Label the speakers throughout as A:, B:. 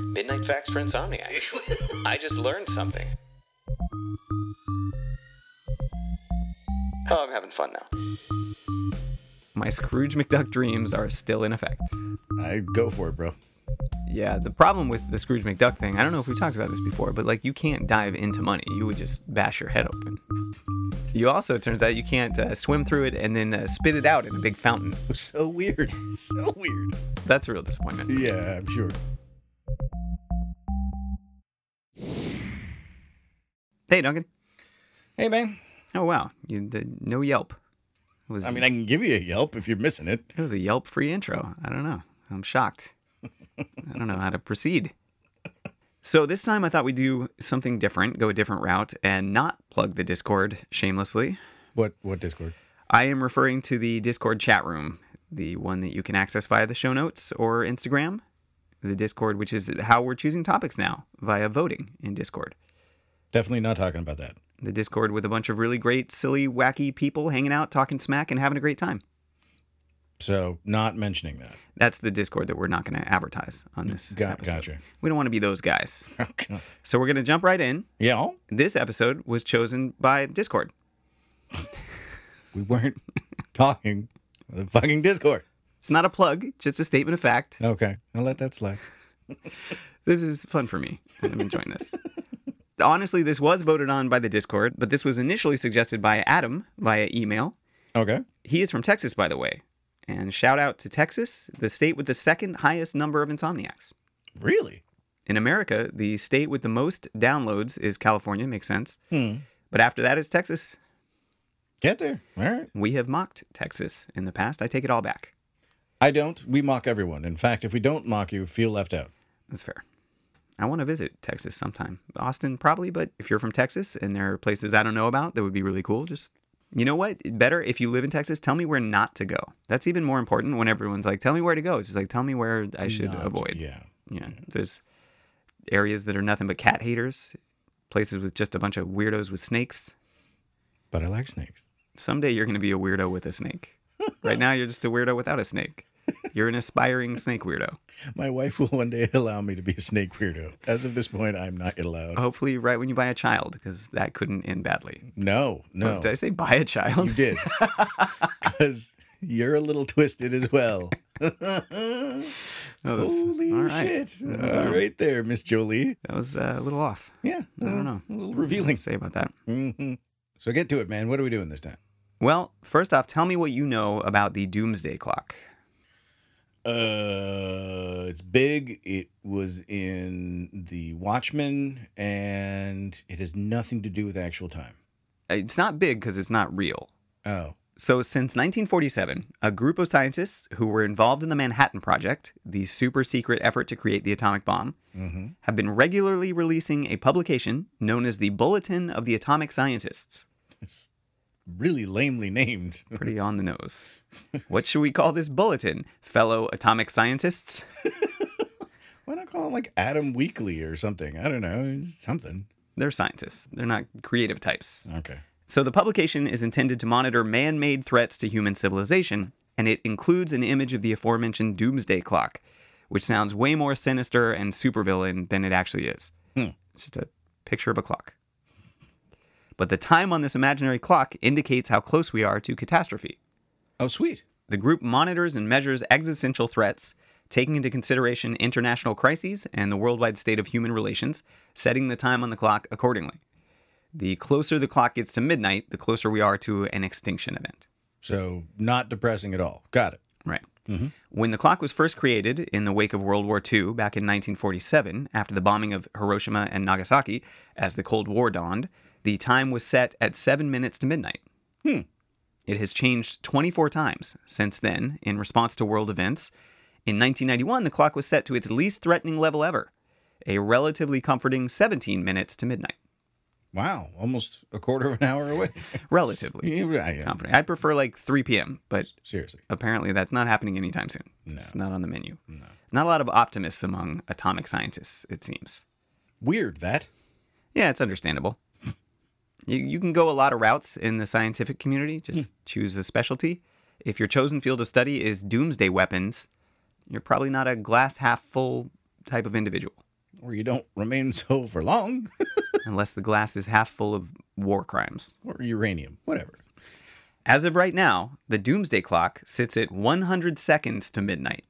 A: Midnight Facts for Insomniacs. I just learned something. Oh, I'm having fun now.
B: My Scrooge McDuck dreams are still in effect.
C: I go for it, bro.
B: Yeah, the problem with the Scrooge McDuck thing, I don't know if we talked about this before, but like you can't dive into money. You would just bash your head open. You also, it turns out, you can't uh, swim through it and then uh, spit it out in a big fountain.
C: So weird. So weird.
B: That's a real disappointment.
C: Yeah, I'm sure.
B: Hey, Duncan.
C: Hey, man.
B: Oh, wow. You, the, no Yelp. It was,
C: I mean, I can give you a Yelp if you're missing it.
B: it was a Yelp free intro. I don't know. I'm shocked. I don't know how to proceed. So this time I thought we'd do something different, go a different route, and not plug the Discord shamelessly.
C: What what Discord?
B: I am referring to the Discord chat room, the one that you can access via the show notes or Instagram. The Discord, which is how we're choosing topics now via voting in Discord.
C: Definitely not talking about that.
B: The Discord with a bunch of really great, silly, wacky people hanging out, talking smack, and having a great time.
C: So not mentioning that.
B: That's the Discord that we're not going to advertise on this
C: Got,
B: episode.
C: gotcha.
B: We don't want to be those guys.
C: Oh, God.
B: So we're going to jump right in.
C: yeah,
B: This episode was chosen by Discord.
C: we weren't talking the fucking Discord.
B: It's not a plug, just a statement of fact.
C: Okay, I'll let that slide.
B: This is fun for me. I'm enjoying this. Honestly, this was voted on by the Discord, but this was initially suggested by Adam via email.
C: Okay.
B: He is from Texas, by the way. And shout out to Texas, the state with the second highest number of insomniacs.
C: Really?
B: In America, the state with the most downloads is California, makes sense.
C: Hmm.
B: But after that is Texas.
C: Get there. All right.
B: We have mocked Texas in the past. I take it all back.
C: I don't. We mock everyone. In fact, if we don't mock you, feel left out.
B: That's fair. I want to visit Texas sometime. Austin, probably, but if you're from Texas and there are places I don't know about that would be really cool, just, you know what? Better if you live in Texas, tell me where not to go. That's even more important when everyone's like, tell me where to go. It's just like, tell me where I should
C: Not-
B: avoid. Yeah.
C: Yeah.
B: There's areas that are nothing but cat haters, places with just a bunch of weirdos with snakes.
C: But I like snakes.
B: Someday you're going to be a weirdo with a snake. right now, you're just a weirdo without a snake. You're an aspiring snake weirdo.
C: My wife will one day allow me to be a snake weirdo. As of this point, I'm not allowed.
B: Hopefully, right when you buy a child, because that couldn't end badly.
C: No, no.
B: Did I say buy a child?
C: You did. Because you're a little twisted as well.
B: That was,
C: Holy
B: Oh, all right.
C: shit. All right there, Miss Jolie.
B: That was uh, a little off.
C: Yeah.
B: I don't know.
C: A little
B: What
C: revealing.
B: to say about that.
C: hmm So get to it, man. What are we doing this time?
B: Well, first off, tell me what you know about the doomsday clock.
C: Uh, it's big. It was in The Watchmen, and it has nothing to do with actual time.
B: It's not big because it's not real.
C: Oh,
B: So, since 1947, a group of scientists who were involved in the Manhattan Project, the super secret effort to create the atomic bomb,
C: hmm
B: have been regularly releasing a publication known as the Bulletin of the Atomic Scientists.
C: it's really lamely named.
B: Pretty on the nose. What should we call this bulletin, fellow atomic scientists?
C: Why not call it like Adam Weekly or something? I don't know. Something.
B: They're scientists, they're not creative types.
C: Okay.
B: So, the publication is intended to monitor man made threats to human civilization, and it includes an image of the aforementioned doomsday clock, which sounds way more sinister and supervillain than it actually is.
C: Hmm.
B: It's just a picture of a clock. But the time on this imaginary clock indicates how close we are to catastrophe.
C: Oh, sweet.
B: The group monitors and measures existential threats, taking into consideration international crises and the worldwide state of human relations, setting the time on the clock accordingly. The closer the clock gets to midnight, the closer we are to an extinction event.
C: So not depressing at all. Got it.
B: Right.
C: Mhm.
B: When the clock was first created in the wake of World War II back in 1947, after the bombing of Hiroshima and Nagasaki, as the Cold War dawned, the time was set at seven minutes to midnight.
C: Hmm.
B: It has changed 24 times since then in response to world events. In 1991, the clock was set to its least threatening level ever, a relatively comforting 17 minutes to midnight.
C: Wow, almost a quarter of an hour away.
B: Relatively
C: Yeah, right, yeah.
B: comforting. I'd prefer like 3 p.m., but
C: Seriously.
B: apparently that's not happening anytime soon. It's not on the menu. Not a lot of optimists among atomic scientists, it seems.
C: Weird that.
B: Yeah, it's understandable. you, you can go a lot of routes in the scientific community, just choose a specialty. If your chosen field of study is doomsday weapons, you're probably not a glass half full type of individual.
C: or you don't remain so for long,
B: unless the glass is half full of war crimes.
C: or uranium, whatever.
B: As of right now, the doomsday clock sits at 100 seconds to midnight,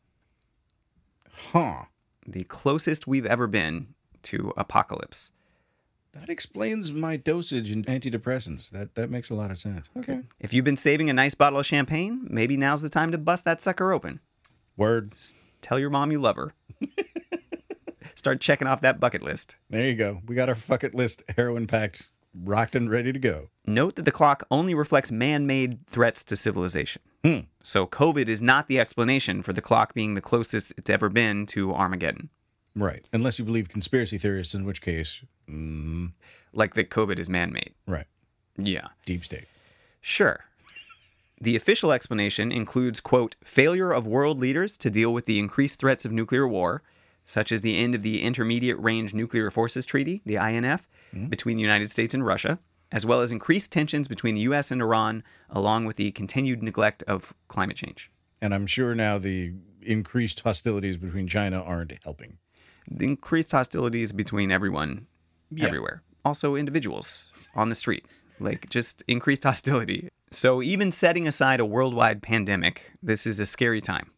C: Huh.
B: the closest we've ever been to apocalypse.
C: That explains my dosage in antidepressants. That that makes a lot of sense. Okay.
B: If you've been saving a nice bottle of champagne, maybe now's the time to bust that sucker open.
C: Word.
B: Tell your mom you love her. Start checking off that bucket list.
C: There you go. We got our fuck it list heroin packed, rocked and ready to go.
B: Note that the clock only reflects man made threats to civilization.
C: Hmm.
B: So, COVID is not the explanation for the clock being the closest it's ever been to Armageddon.
C: Right. Unless you believe conspiracy theorists, in which case, mm,
B: Like that COVID is man made.
C: right.
B: Yeah.
C: Deep state.
B: Sure. The official explanation includes, quote, failure of world leaders to deal with the increased threats of nuclear war, such as the end of the Intermediate Range Nuclear Forces Treaty, the INF, between the United States and Russia, as well as increased tensions between the U.S. and Iran, along with the continued neglect of climate change.
C: And I'm sure now the increased hostilities between China aren't helping.
B: The increased hostilities between everyone
C: Yeah.
B: everywhere, also individuals on the street, like just increased hostility. So, even setting aside a worldwide pandemic, this is a scary time.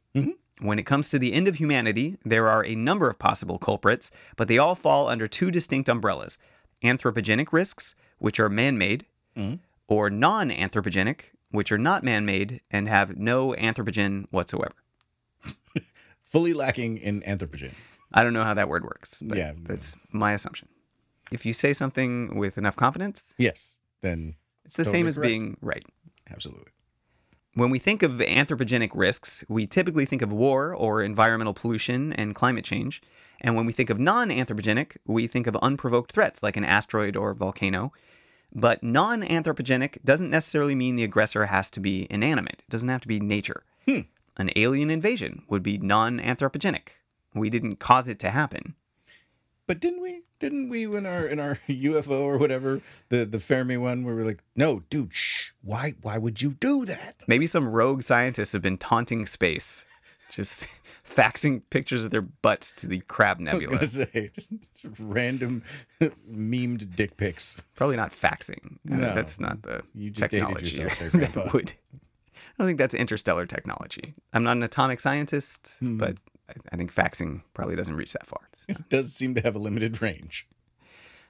B: When it comes to the end of humanity, there are a number of possible culprits, but they all fall under two distinct umbrellas anthropogenic risks, which are man made, or non anthropogenic, which are not man made and have no anthropogen whatsoever.
C: Fully lacking in anthropogen.
B: I don't know how that word works, but
C: Yeah.
B: that's my assumption. If you say something with enough confidence,
C: Yes. Then
B: it's the
C: Totally
B: same as
C: correct.
B: being right.
C: absolutely.
B: When we think of anthropogenic risks, we typically think of war or environmental pollution and climate change. And when we think of non anthropogenic, we think of unprovoked threats like an asteroid or volcano. But non anthropogenic doesn't necessarily mean the aggressor has to be inanimate, it doesn't have to be nature.
C: Hmm.
B: An alien invasion would be non anthropogenic. We didn't cause it to happen.
C: But didn't we? Didn't we in our in our UFO or whatever the the Fermi one where we're like, no, dude, shh, why why would you do that?
B: Maybe some rogue scientists have been taunting space, just faxing pictures of their butts to the Crab
C: I was
B: Nebula.
C: gonna say just random memed dick pics.
B: Probably not faxing. I think
C: No.
B: that's not the
C: You just dated
B: technology
C: yourself there, Grandpa.
B: that would. I don't think that's interstellar technology. I'm not an atomic scientist,
C: Hmm.
B: but I, I think faxing probably doesn't reach that far.
C: It does seem to have a limited range.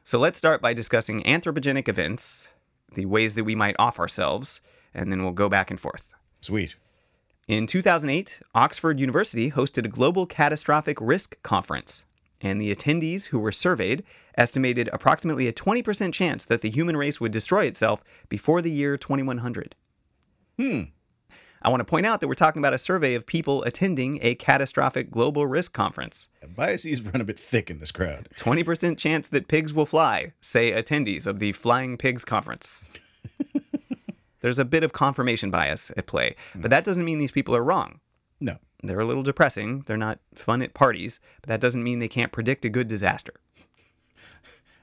B: So let's start by discussing anthropogenic events, the ways that we might off ourselves, and then we'll go back and forth.
C: Sweet.
B: In 2008, Oxford University hosted a global catastrophic risk conference, and the attendees who were surveyed estimated approximately a 20% chance that the human race would destroy itself before the year 2100. Hmm. I want to point out that we're talking about a survey of people attending a catastrophic global risk conference.
C: Biases run a bit thick in this crowd.
B: 20% chance that pigs will fly, say attendees of the Flying Pigs Conference. There's a bit of confirmation bias at play, but that doesn't mean these people are wrong.
C: No.
B: They're a little depressing. They're not fun at parties, but that doesn't mean they can't predict a good disaster.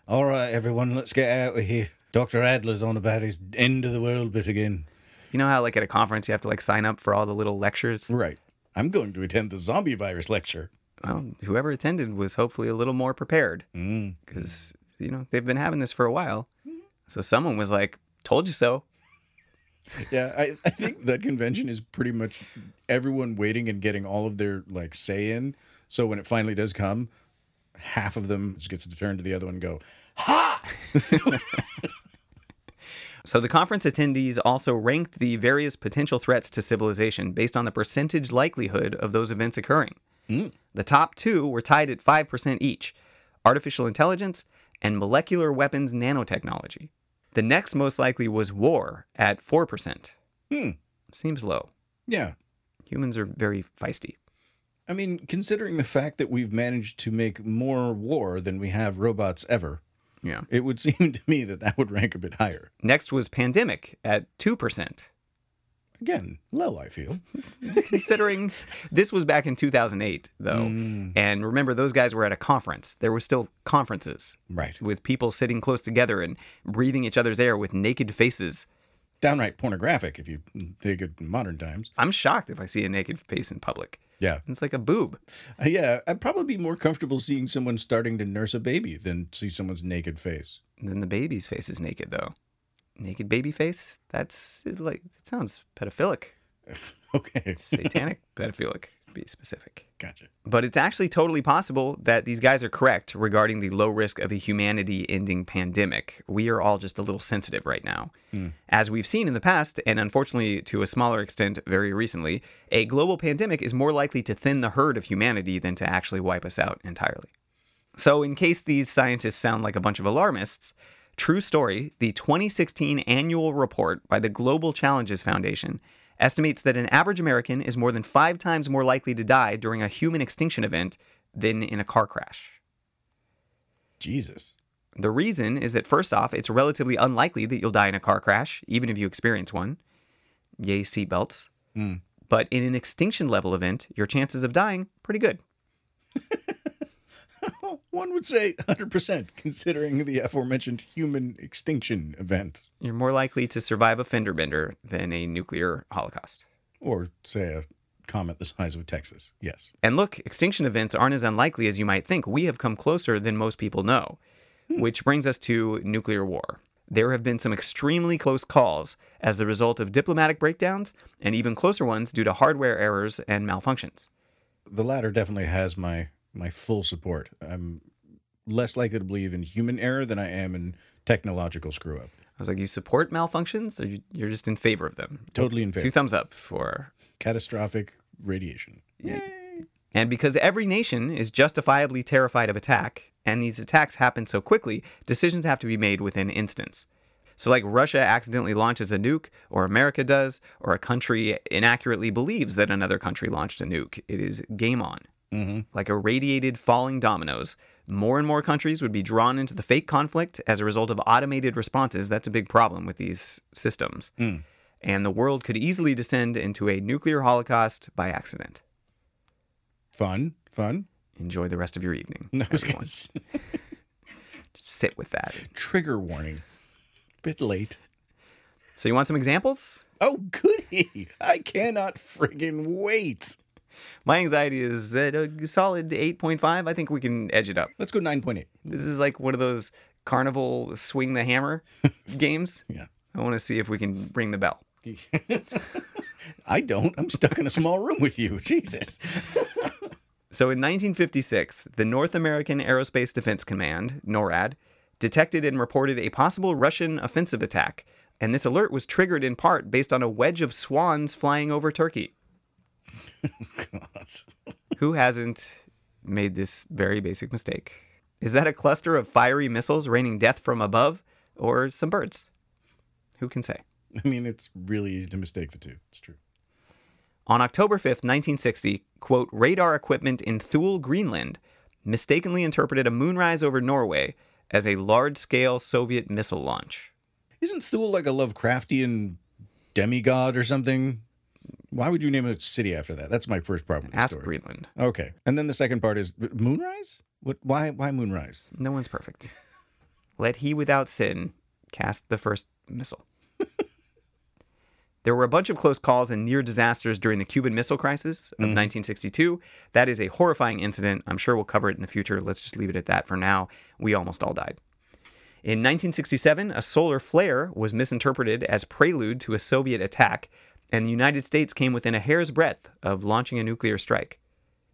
C: All right, everyone, let's get out of here. Dr. Adler's on about his end of the world bit again.
B: You know how, like, at a conference, you have to, like, sign up for all the little lectures?
C: Right. I'm going to attend the zombie virus lecture.
B: Well, whoever attended was hopefully a little more prepared
C: Mm.
B: because, you know, they've been having this for a while. So someone was like, told you so.
C: Yeah, I, I think that convention is pretty much everyone waiting and getting all of their like say in. So when it finally does come, half of them just gets to turn to the other one and go,
B: So the conference attendees also ranked the various potential threats to civilization based on the percentage likelihood of those events occurring. The top two were tied at 5% each artificial intelligence and molecular weapons nanotechnology. The next most likely was war at 4%.
C: Hmm.
B: Seems low.
C: Yeah.
B: Humans are very feisty.
C: I mean, considering the fact that we've managed to make more war than we have robots ever,
B: Yeah.
C: it would seem to me that that would rank a bit higher.
B: Next was pandemic at 2%.
C: Again, low, I feel.
B: considering this was back in 2008 though and remember those guys were at a conference there were still conferences
C: Right.
B: with people sitting close together and breathing each other's air with naked faces
C: Downright pornographic if you take it in modern times.
B: i'm shocked if i see a naked face in public
C: Yeah.
B: It's like a boob.
C: Uh, Yeah. I'd probably be more comfortable seeing someone starting to nurse a baby than see someone's naked face.
B: And then the baby's face is naked though. Naked baby face? That's like it sounds pedophilic.
C: Okay.
B: Satanic pedophilic, to be specific.
C: Gotcha.
B: But it's actually totally possible that these guys are correct regarding the low risk of a humanity ending pandemic. We are all just a little sensitive right now. As we've seen in the past, and unfortunately to a smaller extent very recently, a global pandemic is more likely to thin the herd of humanity than to actually wipe us out entirely. So, in case these scientists sound like a bunch of alarmists, true story the 2016 annual report by the Global Challenges Foundation estimates that an average American is more than five times more likely to die during a human extinction event than in a car crash.
C: Jesus.
B: The reason is that, first off, it's relatively unlikely that you'll die in a car crash, even if you experience one. Yay, seatbelts. But in an extinction level event, your chances of dying pretty good.
C: Well, one would say 100% considering the aforementioned human extinction event
B: You're more likely to survive a fender bender than a nuclear holocaust.
C: or, say, a comet the size of Texas. Yes.
B: And look, extinction events aren't as unlikely as you might think. We have come closer than most people know, which brings us to nuclear war. There have been some extremely close calls as the result of diplomatic breakdowns and even closer ones due to hardware errors and malfunctions.
C: The latter definitely has my my full support. I'm less likely to believe in human error than I am in technological screw up.
B: I was like, you support malfunctions or you- you're just in favor of them?
C: Totally in favor.
B: Two thumbs up for
C: Catastrophic radiation.
B: And because every nation is justifiably terrified of attack, and these attacks happen so quickly, decisions have to be made within instance. So, like Russia accidentally launches a nuke, or America does, or a country inaccurately believes that another country launched a nuke, it is game on. Like irradiated falling dominoes, more and more countries would be drawn into the fake conflict as a result of automated responses. That's a big problem with these systems. And the world could easily descend into a nuclear holocaust by accident
C: Fun. Fun.
B: enjoy the rest of your evening.
C: No, I was gonna
B: everyone.
C: say-
B: Just sit with that.
C: trigger warning. Bit late.
B: So you want some examples?
C: Oh, goody. I cannot friggin' wait.
B: My anxiety is at a solid 8.5. I think we can edge it up.
C: Let's go 9.8.
B: This is like one of those carnival swing the hammer games.
C: Yeah.
B: I want to see if we can ring the bell.
C: I don't. I'm stuck in a small room with you. Jesus.
B: So in 1956, the North American Aerospace Defense Command, NORAD, detected and reported a possible Russian offensive attack. And this alert was triggered in part based on a wedge of swans flying over Turkey.
C: God.
B: Who hasn't made this very basic mistake? Is that a cluster of fiery missiles raining death from above or some birds? Who can say?
C: I mean, it's really easy to mistake the two. It's true.
B: On October 5th, 1960, quote, radar equipment in Thule, Greenland, mistakenly interpreted a moonrise over Norway as a large scale Soviet missile launch.
C: Isn't Thule like a Lovecraftian demigod or something? Why would you name a city after that? That's my first problem with the
B: Ask
C: story.
B: Greenland.
C: Okay. And then the second part is moonrise? What why why moonrise?
B: No one's perfect. Let he without sin cast the first missile. there were a bunch of close calls and near disasters during the Cuban Missile Crisis of 1962. That is a horrifying incident. I'm sure we'll cover it in the future. Let's just leave it at that for now. We almost all died. In 1967, a solar flare was misinterpreted as prelude to a Soviet attack, and the United States came within a hair's breadth of launching a nuclear strike.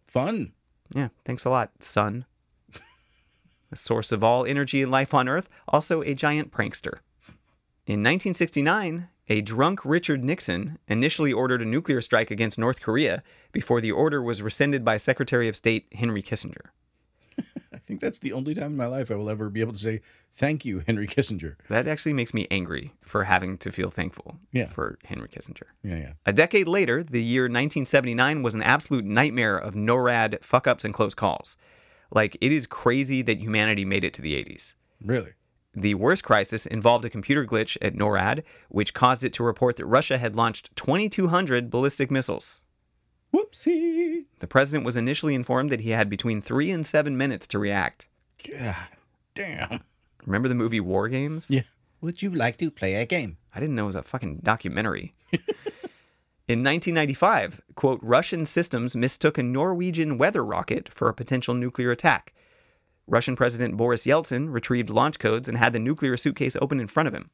C: Fun.
B: Yeah, thanks a lot, son. the source of all energy and life on Earth, also a giant prankster. In 1969, a drunk Richard Nixon initially ordered a nuclear strike against North Korea before the order was rescinded by Secretary of State Henry Kissinger.
C: I think that's the only time in my life I will ever be able to say thank you, Henry Kissinger.
B: That actually makes me angry for having to feel thankful
C: Yeah.
B: for Henry Kissinger.
C: Yeah, yeah.
B: A decade later, the year 1979 was an absolute nightmare of NORAD fuck ups and close calls. Like, it is crazy that humanity made it to the 80s.
C: Really?
B: The worst crisis involved a computer glitch at NORAD, which caused it to report that Russia had launched 2,200 ballistic missiles.
C: Whoopsie.
B: The president was initially informed that he had between three and seven minutes to react.
C: God damn.
B: Remember the movie War Games?
C: Yeah. Would you like to play a game?
B: I didn't know it was a fucking documentary. In 1995, quote, Russian systems mistook a Norwegian weather rocket for a potential nuclear attack. Russian President Boris Yeltsin retrieved launch codes and had the nuclear suitcase open in front of him.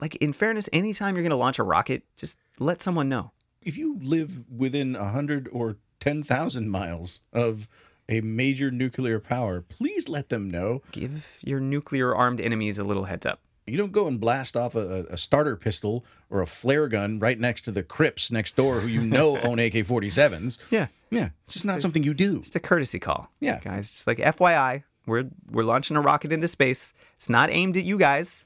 B: Like, in fairness, anytime you're going to launch a rocket, just let someone know.
C: If you live within 100 or 10,000 miles of a major nuclear power, please let them know.
B: Give your nuclear armed enemies a little heads up.
C: You don't go and blast off a, a starter pistol or a flare gun right next to the Crips next door who you know own AK 47s.
B: Yeah.
C: Yeah, it's just not something you do.
B: Just a courtesy call.
C: Yeah.
B: Guys, just like FYI, we're we're launching a rocket into space. It's not aimed at you guys.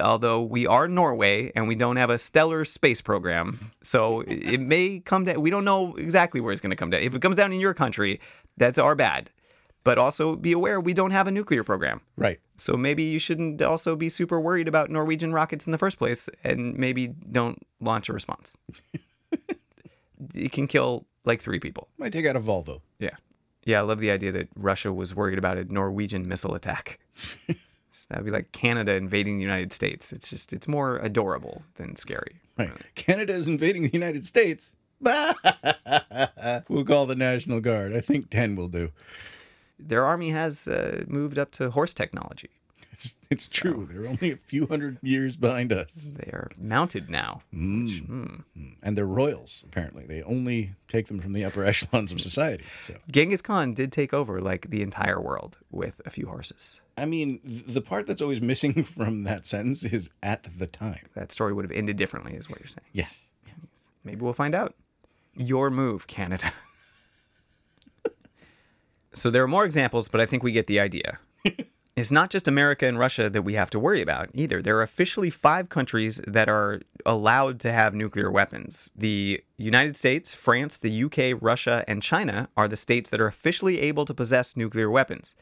B: Although we are Norway and we don't have a stellar space program, so it may come down. We don't know exactly where it's going to come down. If it comes down in your country, that's our bad. But also be aware we don't have a nuclear program,
C: Right.
B: so maybe you shouldn't also be super worried about Norwegian rockets in the first place, and maybe don't launch a response. it can kill like three people.
C: Might take out a Volvo.
B: Yeah. Yeah, I love the idea that Russia was worried about a Norwegian missile attack. Just- That'd be like Canada invading the United States. It's just, it's more adorable than scary.
C: Right. Canada is invading the United States. we'll call the National Guard. I think 10 will do.
B: Their army has uh, moved up to horse technology.
C: It's, it's true. They're only a few hundred years behind us.
B: They are mounted now.
C: And they're royals, apparently. They only take them from the upper echelons of society. So,
B: Genghis Khan did take over like the entire world with a few horses.
C: I mean, th- the part that's always missing from that sentence is at the time.
B: That story would have ended differently, is what you're saying.
C: Yes.
B: Maybe we'll find out. Your move, Canada. so there are more examples, but I think we get the idea. it's not just America and Russia that we have to worry about either. There are officially five countries that are allowed to have nuclear weapons. The United States, France, the UK, Russia, and China are the states that are officially able to possess nuclear weapons.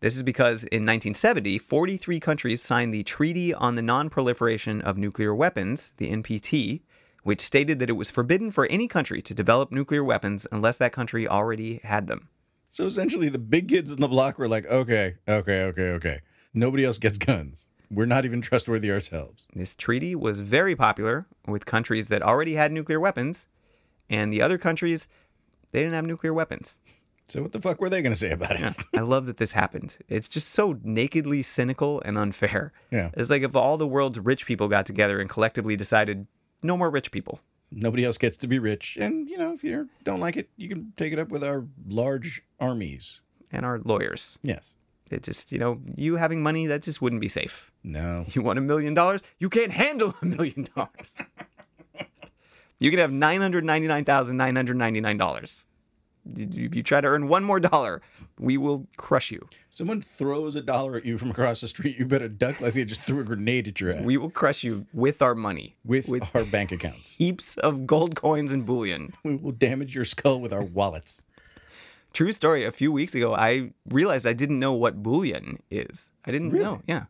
B: This is because in 1970, 43 countries signed the Treaty on the Non-Proliferation of Nuclear Weapons, the NPT, which stated that it was forbidden for any country to develop nuclear weapons unless that country already had them.
C: So essentially, the big kids in the block were like, okay, okay, okay, okay. Nobody else gets guns. We're not even trustworthy ourselves.
B: This treaty was very popular with countries that already had nuclear weapons, and the other countries, they didn't have nuclear weapons.
C: So, what the fuck were they going to say about it?
B: I love that this happened. It's just so nakedly cynical and unfair.
C: Yeah.
B: It's like if all the world's rich people got together and collectively decided, no more rich people.
C: nobody else gets to be rich. And you know, if you don't like it, you can take it up with our large armies.
B: and our lawyers.
C: Yes.
B: It just, you know, you having money, that just wouldn't be safe.
C: No.
B: You want a million dollars? You can't handle a million dollars. You can have $999,999. If you try to earn one more dollar, we will crush you.
C: Someone throws a dollar at you from across the street, you better duck like they just threw a grenade at your ass
B: We will crush you with our money,
C: with, our bank accounts.
B: heaps of gold coins and bullion.
C: We will damage your skull with our wallets.
B: True story. A few weeks ago, I realized I didn't know what bullion is. I didn't know. Yeah,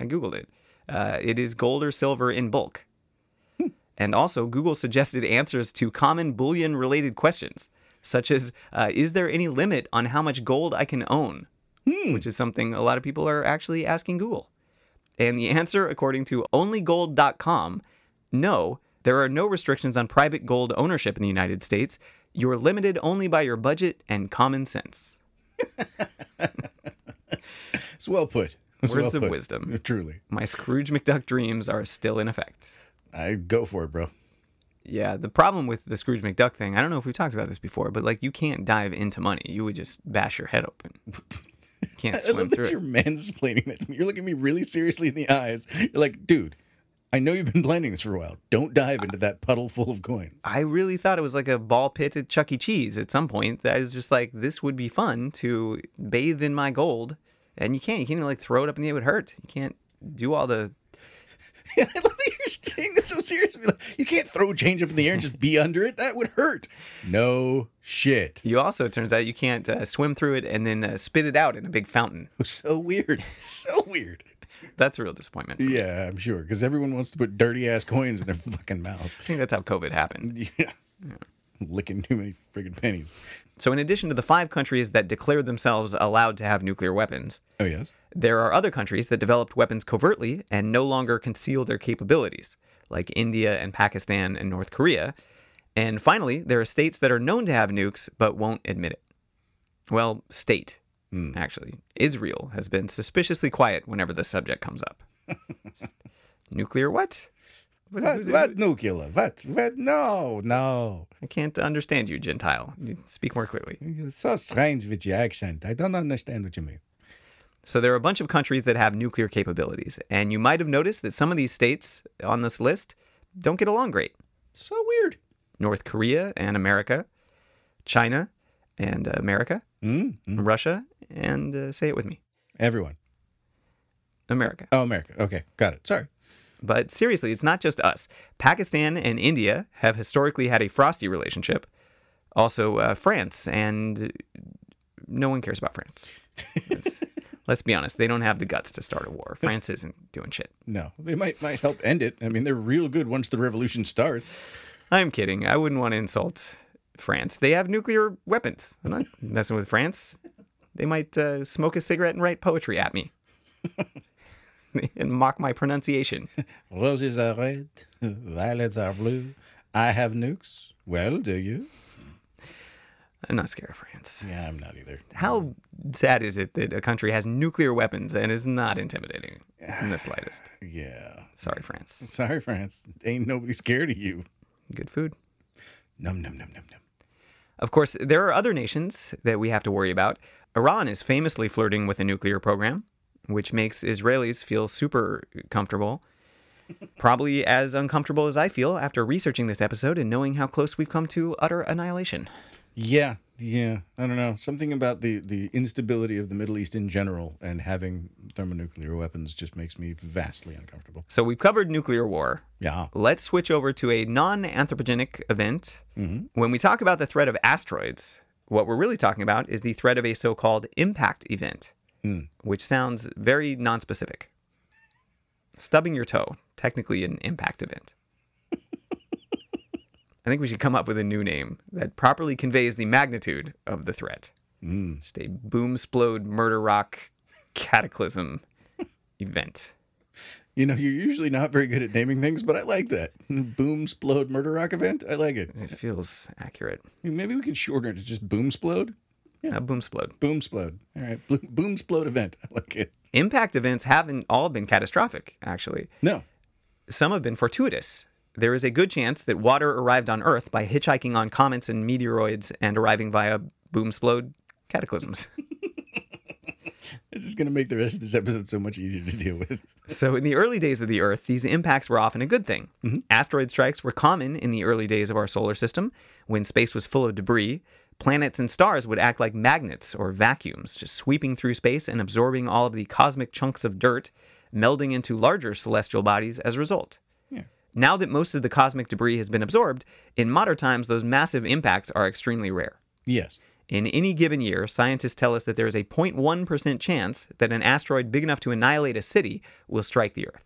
B: I googled it. Uh, it is gold or silver in bulk. and also, Google suggested answers to common bullion-related questions, such as, uh, "Is there any limit on how much gold I can own?" Which is something a lot of people are actually asking Google. And the answer, according to onlygold.com, no, there are no restrictions on private gold ownership in the United States. You're limited only by your budget and common sense.
C: It's well put. It's
B: Words
C: well
B: of
C: put.
B: wisdom.
C: Truly.
B: My Scrooge McDuck dreams are still in effect.
C: I go for it, bro.
B: Yeah, the problem with the Scrooge McDuck thing, I don't know if we've talked about this before, but like you can't dive into money. You would just bash your head open. You can't
C: I
B: swim
C: love
B: through
C: that
B: it.
C: you're mansplaining that to me. You're looking me really seriously in the eyes. You're like, dude, I know you've been planning this for a while. Don't dive into that puddle full of coins.
B: I really thought it was like a ball pit at Chuck E. Cheese at some point. That I was just like, this would be fun to bathe in my gold. And you can't. You can't even like throw it up in the air. It would hurt. You can't do all the.
C: I love that you're saying this so seriously. Like, you can't throw change up in the air and just be under it. That would hurt. No shit.
B: You also, it turns out, you can't uh, swim through it and then uh, spit it out in a big fountain.
C: So weird. So weird.
B: That's a real disappointment. I
C: Yeah, I'm sure. Because everyone wants to put dirty ass coins in their fucking mouth.
B: think that's how COVID happened.
C: Yeah. Licking too many friggin' pennies.
B: So, in addition to the five countries that declared themselves allowed to have nuclear weapons,
C: Oh, yes.
B: There are other countries that developed weapons covertly and no longer conceal their capabilities, like India and Pakistan and North Korea. And finally, there are states that are known to have nukes but won't admit it. Well, state,
C: Hmm.
B: actually. Israel has been suspiciously quiet whenever this subject comes up. Nuclear what? What-
C: What,
B: who's-
C: what nuclear? What? What? No, no.
B: I can't understand you, Gentile. You speak more clearly.
C: You're so strange with your accent. I don't understand what you mean.
B: So there are a bunch of countries that have nuclear capabilities, and you might have noticed that some of these states on this list don't get along great.
C: So weird.
B: North Korea and America, China and uh, America,
C: Mm, mm.
B: Russia, and uh, say it with me,
C: Everyone.
B: America.
C: Oh, America. Okay, got it. Sorry.
B: But seriously, it's not just us. Pakistan and India have historically had a frosty relationship. Also, uh, France, and no one cares about France. Let's- Let's be honest, they don't have the guts to start a war. France isn't doing shit.
C: No, they might might help end it. I mean, they're real good once the revolution starts.
B: I'm kidding. I wouldn't want to insult France. They have nuclear weapons. I'm not messing with France. They might uh, smoke a cigarette and write poetry at me and mock my pronunciation.
C: Roses are red, violets are blue. I have nukes. Well, do you?
B: I'm not scared of France.
C: Yeah, I'm not either.
B: How sad is it that a country has nuclear weapons and is not intimidating in the slightest?
C: Yeah.
B: Sorry, France.
C: Sorry, France. Ain't nobody scared of you.
B: Good food.
C: Num num num num num.
B: Of course, there are other nations that we have to worry about. Iran is famously flirting with a nuclear program, which makes Israelis feel super comfortable. Probably as uncomfortable as I feel after researching this episode and knowing how close we've come to utter annihilation.
C: Yeah, yeah. I don't know. Something about the the instability of the Middle East in general and having thermonuclear weapons just makes me vastly uncomfortable.
B: So we've covered nuclear war.
C: Yeah.
B: Let's switch over to a non anthropogenic event. When we talk about the threat of asteroids, what we're really talking about is the threat of a so called impact event, which sounds very nonspecific. Stubbing your toe, technically an impact event. I think we should come up with a new name that properly conveys the magnitude of the threat. Just a boom splode murder rock cataclysm event.
C: You know, you're usually not very good at naming things, but I like that. Boom splode murder rock event. I like it.
B: It feels accurate.
C: Maybe we can shorten it to just boom splode.
B: A boom splode.
C: Boom splode. All right. Boom, boom splode event. I like it.
B: Impact events haven't all been catastrophic, actually.
C: No.
B: Some have been fortuitous. There is a good chance that water arrived on Earth by hitchhiking on comets and meteoroids and arriving via boomsplode cataclysms.
C: This is going to make the rest of this episode so much easier to deal with.
B: so, in the early days of the Earth, these impacts were often a good thing. Asteroid strikes were common in the early days of our solar system when space was full of debris. Planets and stars would act like magnets or vacuums, just sweeping through space and absorbing all of the cosmic chunks of dirt, melding into larger celestial bodies as a result. Now that most of the cosmic debris has been absorbed, in modern times, those massive impacts are extremely rare.
C: Yes.
B: In any given year, scientists tell us that there is a 0.1% chance that an asteroid big enough to annihilate a city will strike the Earth.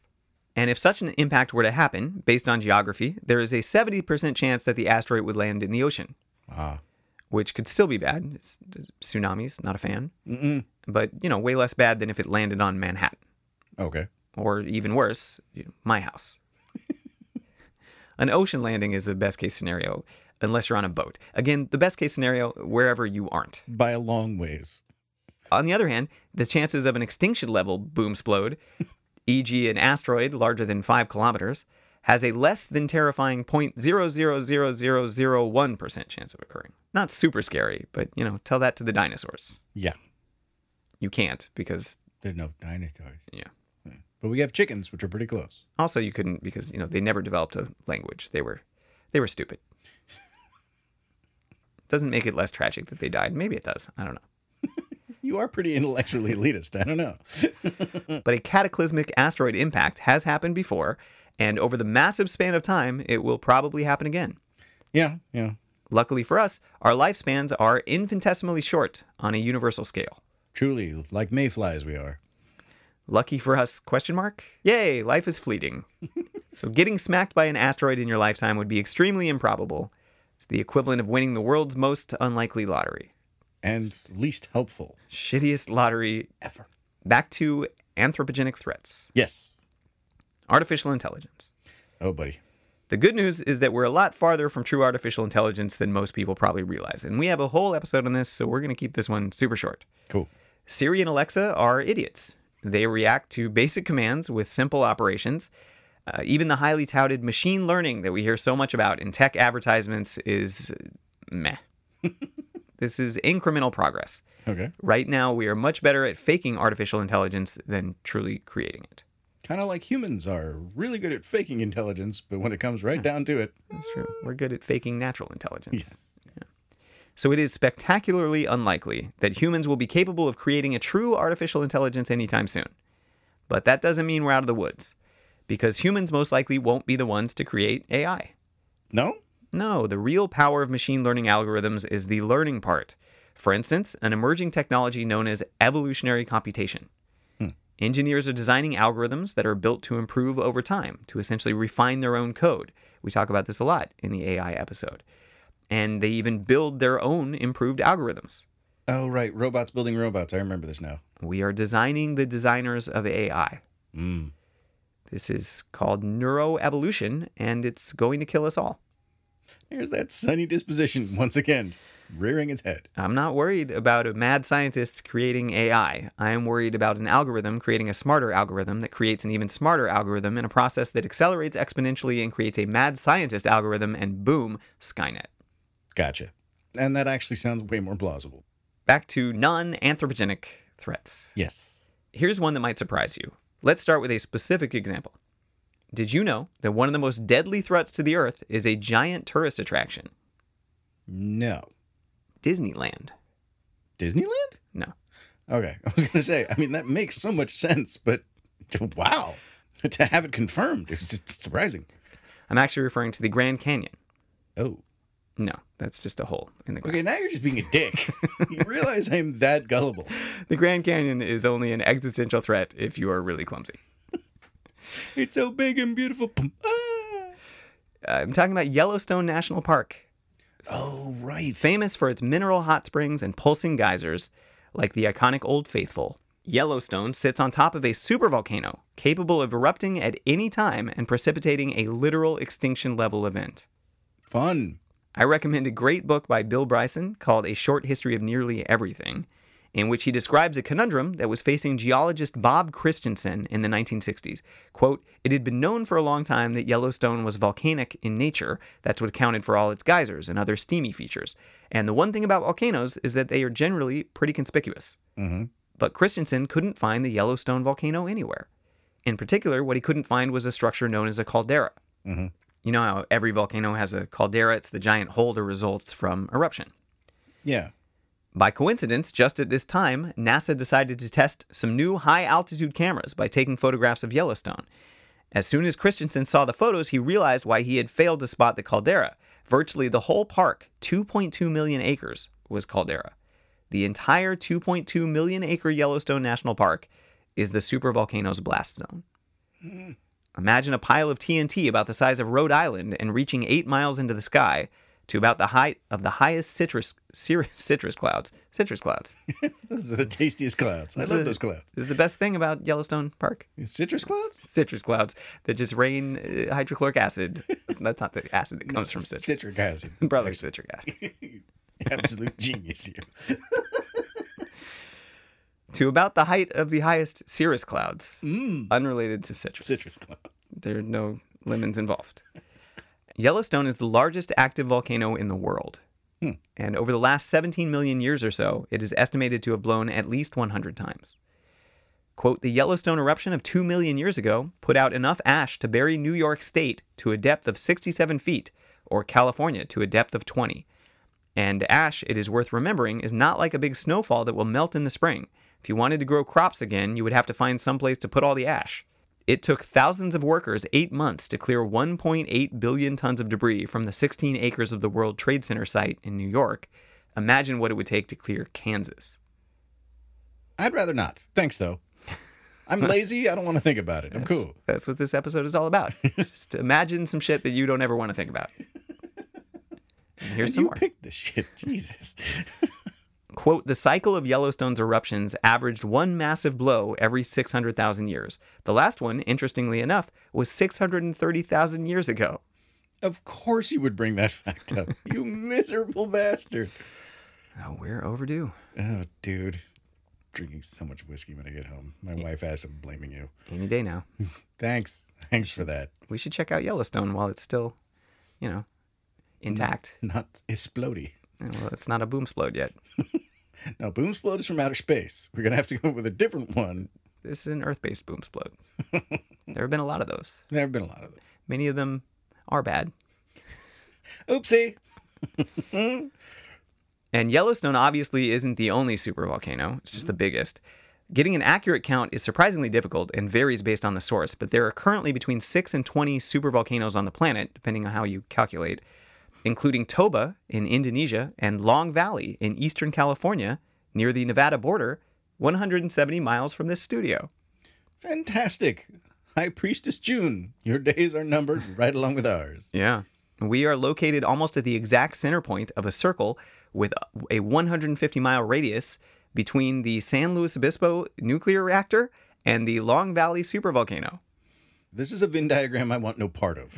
B: And if such an impact were to happen, based on geography, there is a 70% chance that the asteroid would land in the ocean,
C: Ah.
B: which could still be bad. It's, tsunamis, not a fan. But, you know, way less bad than if it landed on Manhattan
C: Okay.
B: or even worse, you know, my house. An ocean landing is the best case scenario, unless you're on a boat. Again, the best case scenario, wherever you aren't.
C: By a long ways.
B: On the other hand, the chances of an extinction level boomsplode, e.g., an asteroid larger than 5 kilometers, has a less than terrifying 0.000001% chance of occurring. Not super scary, but you know, tell that to the dinosaurs.
C: Yeah.
B: You can't because
C: There's no dinosaurs.
B: yeah.
C: But we have chickens, which are pretty close.
B: Also, you couldn't because you know they never developed a language. They were, they were stupid. Doesn't make it less tragic that they died. Maybe it does. I don't know.
C: You are pretty intellectually elitist. I don't know.
B: But a cataclysmic asteroid impact has happened before, and over the massive span of time, it will probably happen again.
C: Yeah. Yeah.
B: Luckily for us, our lifespans are infinitesimally short on a universal scale.
C: Truly, like mayflies, we are.
B: Lucky for us? Question mark. Yay, life is fleeting. so getting smacked by an asteroid in your lifetime would be extremely improbable. It's the equivalent of winning the world's most unlikely lottery.
C: And least helpful
B: Shittiest lottery.
C: ever.
B: Back to anthropogenic threats.
C: Yes.
B: Artificial intelligence.
C: Oh, buddy.
B: The good news is that we're a lot farther from true artificial intelligence than most people probably realize. And we have a whole episode on this, so we're going to keep this one super short.
C: Cool.
B: Siri and Alexa are idiots. They react to basic commands with simple operations. Uh, even the highly touted machine learning that we hear so much about in tech advertisements is uh, meh. this is incremental progress.
C: Okay.
B: Right now, we are much better at faking artificial intelligence than truly creating it.
C: Kind of like humans are really good at faking intelligence, but when it comes right down to it,
B: That's true. We're good at faking natural intelligence. Yeah. So it is spectacularly unlikely that humans will be capable of creating a true artificial intelligence anytime soon. But that doesn't mean we're out of the woods, because humans most likely won't be the ones to create AI.
C: no?
B: No, the real power of machine learning algorithms is the learning part. For instance, an emerging technology known as evolutionary computation. Engineers are designing algorithms that are built to improve over time, to essentially refine their own code. We talk about this a lot in the AI episode. And they even build their own improved algorithms.
C: Oh, right. Robots building robots. I remember this now.
B: We are designing the designers of AI.
C: Mm.
B: This is called neuroevolution, and it's going to kill us all.
C: Here's that sunny disposition once again, rearing its head.
B: I'm not worried about a mad scientist creating AI. I am worried about an algorithm creating a smarter algorithm that creates an even smarter algorithm in a process that accelerates exponentially and creates a mad scientist algorithm, and boom, Skynet.
C: Gotcha. And that actually sounds way more plausible.
B: Back to non anthropogenic threats.
C: Yes.
B: Here's one that might surprise you. Let's start with a specific example. Did you know that one of the most deadly threats to the Earth is a giant tourist attraction,
C: No.
B: Disneyland?
C: Disneyland?
B: No.
C: Okay. I was going to say, I mean, that makes so much sense, but wow. to have it confirmed, it's just surprising.
B: I'm actually referring to the Grand Canyon.
C: Oh.
B: No, that's just a hole in the ground.
C: Okay, now you're just being a dick. you realize I'm that gullible.
B: The Grand Canyon is only an existential threat if you are really clumsy.
C: It's so big and beautiful. Pum. Ah.
B: I'm talking about Yellowstone National Park,
C: Oh, right.
B: famous for its mineral hot springs and pulsing geysers, like the iconic Old Faithful. Yellowstone sits on top of a supervolcano capable of erupting at any time and precipitating a literal extinction level event.
C: Fun.
B: I recommend a great book by Bill Bryson called A Short History of Nearly Everything, in which he describes a conundrum that was facing geologist Bob Christensen in the 1960s. Quote, It had been known for a long time that Yellowstone was volcanic in nature. That's what accounted for all its geysers and other steamy features. And the one thing about volcanoes is that they are generally pretty conspicuous.
C: Mm-hmm.
B: But Christensen couldn't find the Yellowstone volcano anywhere. In particular, what he couldn't find was a structure known as a caldera. You know how every volcano has a caldera? It's the giant hole that results from eruption.
C: Yeah.
B: By coincidence, just at this time, NASA decided to test some new high altitude cameras by taking photographs of Yellowstone. As soon as Christensen saw the photos, he realized why he had failed to spot the caldera. Virtually the whole park, 2.2 million acres, was caldera. The entire 2.2 million acre Yellowstone National Park is the supervolcano's blast zone. Imagine a pile of TNT about the size of Rhode Island and reaching eight miles into the sky to about the height of the highest citrus cir- citrus clouds. Citrus clouds.
C: Those are the tastiest clouds. I love those clouds.
B: This is the best thing about Yellowstone Park.
C: Citrus clouds?
B: Citrus clouds that just rain uh, hydrochloric acid. That's not the acid that comes from citrus.
C: Citric acid.
B: Brother citric acid.
C: Absolute genius here.
B: to about the height of the highest cirrus clouds, unrelated to citrus.
C: Citrus clouds.
B: There are no lemons involved. Yellowstone is the largest active volcano in the world. And over the last 17 million years or so, it is estimated to have blown at least 100 times. Quote, the Yellowstone eruption of 2 million years ago put out enough ash to bury New York State to a depth of 67 feet, or California to a depth of 20. And ash, it is worth remembering, is not like a big snowfall that will melt in the spring. If you wanted to grow crops again, you would have to find some place to put all the ash. It took thousands of workers eight months to clear 1.8 billion tons of debris from the 16 acres of the World Trade Center site in New York. Imagine what it would take to clear Kansas.
C: I'd rather not. Thanks, though. I'm lazy. I don't want to think about it. I'm cool.
B: That's what this episode is all about. Just imagine some shit that you don't ever want to think about. And here's
C: And
B: some
C: you
B: more.
C: picked this shit. Jesus.
B: Quote, the cycle of Yellowstone's eruptions averaged one massive blow every 600,000 years. The last one, interestingly enough, was 630,000 years ago.
C: Of course you would bring that fact up. you miserable bastard.
B: Oh, we're overdue.
C: Oh, dude. Drinking so much whiskey when I get home. My wife has I'm blaming you.
B: Any day now.
C: Thanks. Thanks for that.
B: We should check out Yellowstone while it's still, you know, intact.
C: Not explodey.
B: Yeah, Well, it's not a boom splode yet.
C: Now, boom explode is from outer space. We're going to have to go with a different one.
B: This is an Earth based boom splode. there have been a lot of those.
C: There have been a lot of them.
B: Many of them are bad.
C: Oopsie.
B: And Yellowstone obviously isn't the only supervolcano, it's just the biggest. Getting an accurate count is surprisingly difficult and varies based on the source, but there are currently between 6 and 20 supervolcanoes on the planet, depending on how you calculate, including Toba in Indonesia and Long Valley in eastern California near the Nevada border, 170 miles from this studio.
C: Fantastic. High Priestess June, your days are numbered right along with ours.
B: Yeah. We are located almost at the exact center point of a circle with a 150 mile radius between the San Luis Obispo nuclear reactor and the Long Valley supervolcano.
C: This is a Venn diagram I want no part of.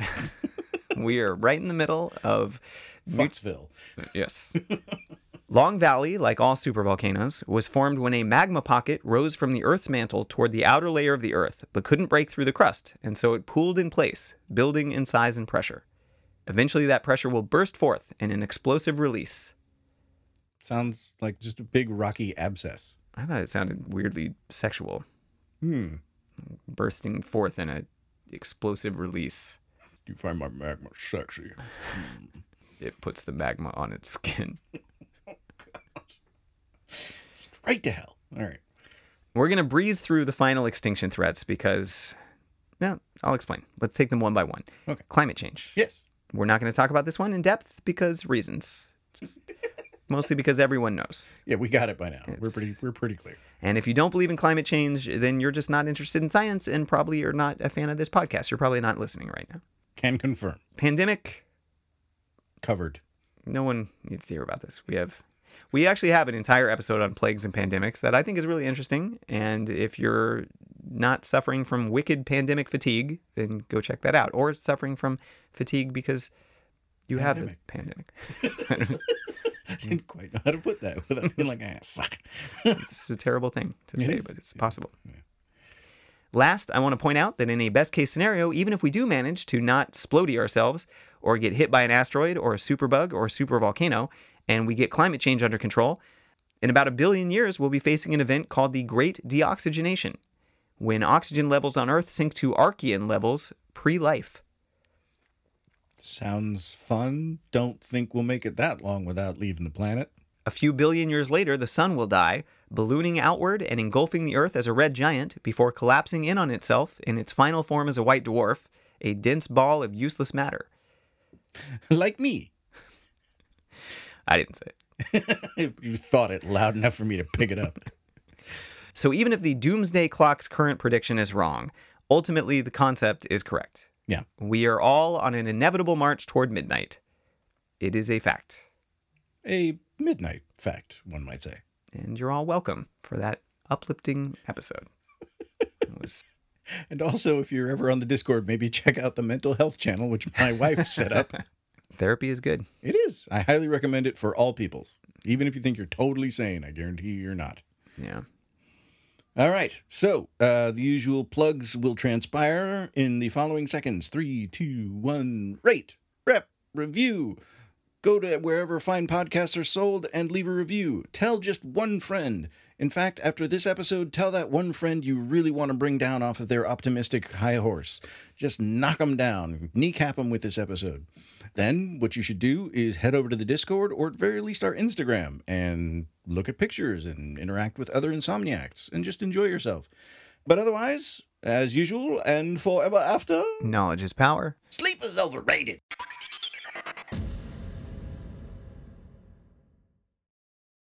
B: We are right in the middle of
C: Foxville.
B: Yes. Long Valley, like all supervolcanoes, was formed when a magma pocket rose from the Earth's mantle toward the outer layer of the Earth, but couldn't break through the crust, and so it pooled in place, building in size and pressure. Eventually, that pressure will burst forth in an explosive release.
C: Sounds like just a big rocky abscess.
B: I thought it sounded weirdly sexual,
C: Hmm.
B: bursting forth in a explosive release.
C: You find my magma sexy.
B: It puts the magma on its skin.
C: Straight to hell. All right.
B: We're going to breeze through the final extinction threats because, no, I'll explain. Let's take them one by one.
C: Okay.
B: Climate change.
C: Yes.
B: We're not going to talk about this one in depth because reasons. Just mostly because everyone knows.
C: Yeah, we got it by now. We're
B: It's-
C: pretty we're pretty clear.
B: And if you don't believe in climate change, then you're just not interested in science and probably are not a fan of this podcast. You're probably not listening right now.
C: Can confirm.
B: Pandemic.
C: Covered.
B: No one needs to hear about this. We have we actually have an entire episode on plagues and pandemics that I think is really interesting. And if you're not suffering from wicked pandemic fatigue, then go check that out. Or suffering from fatigue because you have the pandemic.
C: I didn't quite know how to put that without being like, ah, fuck.
B: It's a terrible thing to
C: It
B: say,
C: is.
B: but it's possible. Last, I want to point out that in a best case scenario, even if we do manage to not splody ourselves or get hit by an asteroid or a superbug or a supervolcano, and we get climate change under control, in about a billion years, we'll be facing an event called the Great Deoxygenation, when oxygen levels on Earth sink to Archean levels pre life.
C: Sounds fun. Don't think we'll make it that long without leaving the planet.
B: A few billion years later, the sun will die, ballooning outward and engulfing the Earth as a red giant before collapsing in on itself in its final form as a white dwarf, a dense ball of useless matter.
C: like me.
B: I didn't say it.
C: you thought it loud enough for me to pick it up.
B: So, even if the doomsday clock's current prediction is wrong, ultimately the concept is correct.
C: Yeah.
B: We are all on an inevitable march toward midnight. It is a fact.
C: A midnight fact, one might say.
B: And you're all welcome for that uplifting episode. It was
C: And also, if you're ever on the Discord, maybe check out the mental health channel, which my wife set up.
B: therapy is good.
C: It is. I highly recommend it for all people. Even if you think you're totally sane, I guarantee you you're not.
B: Yeah.
C: All right. So uh, the usual plugs will transpire in the following seconds. Three, two, one. Rate, rep, review. Go to wherever fine podcasts are sold and leave a review. Tell just one friend. In fact, after this episode, tell that one friend you really want to bring down off of their optimistic high horse. Just knock them down, kneecap them with this episode. Then, what you should do is head over to the Discord or at very least our Instagram and look at pictures and interact with other insomniacs and just enjoy yourself. But otherwise, as usual and forever after,
B: Knowledge is power.
C: sleep is overrated.